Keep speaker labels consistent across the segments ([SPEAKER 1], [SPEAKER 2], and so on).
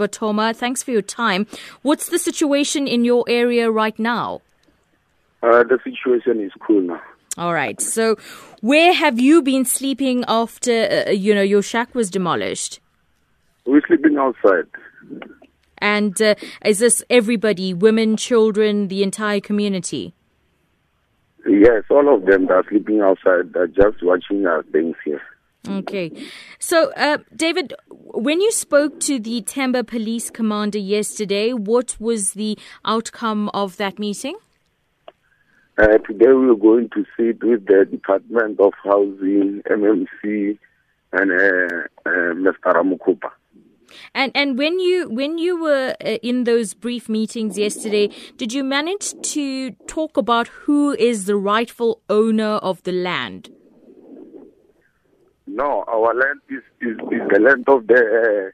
[SPEAKER 1] Sebotoma. Thanks for your time. What's the situation in your area right now?
[SPEAKER 2] Uh, the situation is cool now.
[SPEAKER 1] All right. So, where have you been sleeping after uh, you know your shack was demolished?
[SPEAKER 2] We're sleeping outside.
[SPEAKER 1] And uh, is this everybody, women, children, the entire community?
[SPEAKER 2] Yes, all of them that are sleeping outside are just watching our things here.
[SPEAKER 1] Okay. So, uh, David, when you spoke to the Temba police commander yesterday, what was the outcome of that meeting?
[SPEAKER 2] Uh, today we are going to sit with the Department of Housing, MMC, and uh, uh, Mr. Ramukupa.
[SPEAKER 1] And and when you when you were uh, in those brief meetings yesterday, did you manage to talk about who is the rightful owner of the land?
[SPEAKER 2] No, our land is, is, is the land of the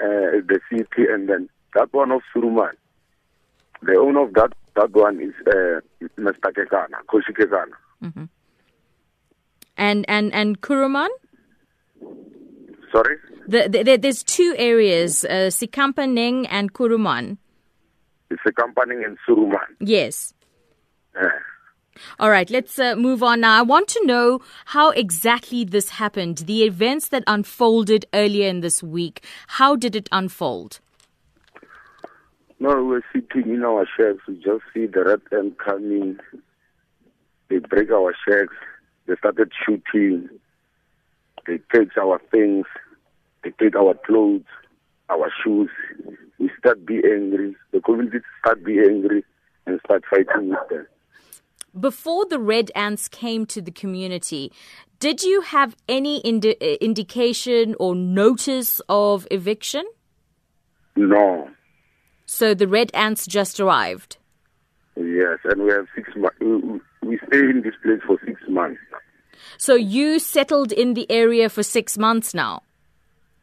[SPEAKER 2] uh, uh, the city, and then that one of Suruman. The owner of that that one is uh, Mr. Kekana, Koshi Kekana.
[SPEAKER 1] And and and Kuruman?
[SPEAKER 2] Sorry,
[SPEAKER 1] The, the, the, there's two areas, uh, Sikampaneng and Kuruman.
[SPEAKER 2] it's a company in Suruman.
[SPEAKER 1] Yes.
[SPEAKER 2] Uh,
[SPEAKER 1] All right, let's uh, move on now. I want to know how exactly this happened, the events that unfolded earlier in this week. How did it unfold?
[SPEAKER 2] no, we're sitting in our shacks. We just see the red end coming. They break our shacks. They started shooting. They take our things. They take our clothes, our shoes. We start be angry. The community start be angry and start fighting with them.
[SPEAKER 1] Before the Red Ants came to the community, did you have any indi- uh, indication or notice of eviction?
[SPEAKER 2] No.
[SPEAKER 1] So the Red Ants just arrived.
[SPEAKER 2] Yes, and we have six months. We, we stay in this place for six months.
[SPEAKER 1] So you settled in the area for six months now.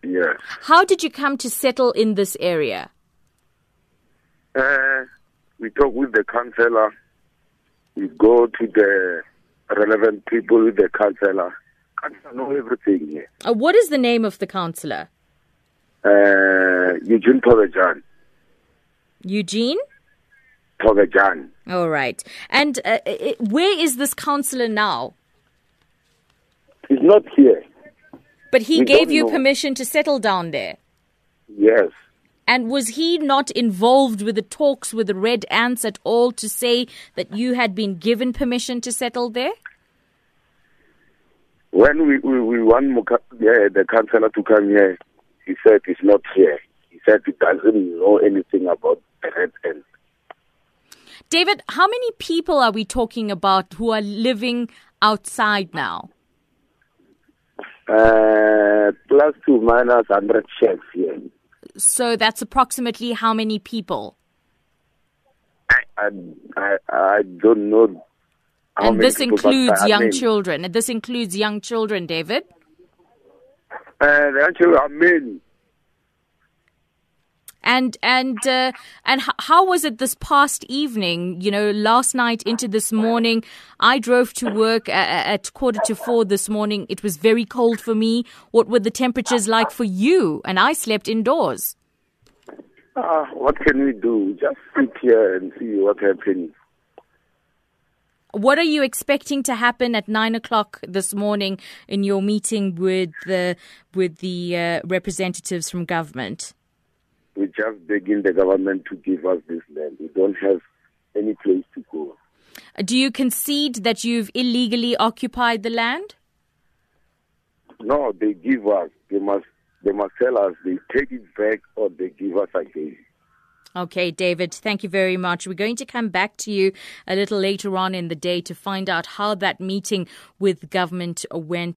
[SPEAKER 2] Yes.
[SPEAKER 1] How did you come to settle in this area?
[SPEAKER 2] Uh, we talk with the councillor. We go to the relevant people with the councillor. Councillor know everything here.
[SPEAKER 1] Uh, what is the name of the councillor?
[SPEAKER 2] Uh, Eugene Tovejan.
[SPEAKER 1] Eugene?
[SPEAKER 2] Tovejan.
[SPEAKER 1] All right. And uh, i- i- where is this councillor now?
[SPEAKER 2] He's not here.
[SPEAKER 1] But he
[SPEAKER 2] We
[SPEAKER 1] gave
[SPEAKER 2] don't
[SPEAKER 1] you
[SPEAKER 2] know.
[SPEAKER 1] permission to settle down there.
[SPEAKER 2] Yes.
[SPEAKER 1] And was he not involved with the talks with the Red Ants at all to say that you had been given permission to settle there?
[SPEAKER 2] When we, we, we want Muka, yeah, the councillor to come here, he said he's not here. He said he doesn't know anything about the red end.
[SPEAKER 1] David, how many people are we talking about who are living outside now?
[SPEAKER 2] Uh, plus two minus 100 checks here.
[SPEAKER 1] So that's approximately how many people?
[SPEAKER 2] I, I, I don't know. how
[SPEAKER 1] and
[SPEAKER 2] many
[SPEAKER 1] this
[SPEAKER 2] people, but uh,
[SPEAKER 1] includes
[SPEAKER 2] I
[SPEAKER 1] young
[SPEAKER 2] mean,
[SPEAKER 1] children. And this includes young children, David.
[SPEAKER 2] Uh, the young children are many.
[SPEAKER 1] And and uh, and h- how was it this past evening? You know, last night into this morning, I drove to work a- a- at quarter to four this morning. It was very cold for me. What were the temperatures like for you? And I slept indoors.
[SPEAKER 2] Ah, what can we do? Just sit here and see what happens.
[SPEAKER 1] What are you expecting to happen at nine o'clock this morning in your meeting with the with the uh, representatives from government?
[SPEAKER 2] We just begging the government to give us this land. We don't have any place to go.
[SPEAKER 1] Do you concede that you've illegally occupied the land?
[SPEAKER 2] No, they give us. They must. They must tell us. They take it back or they give us again.
[SPEAKER 1] Okay, David, thank you very much. We're going to come back to you a little later on in the day to find out how that meeting with government went.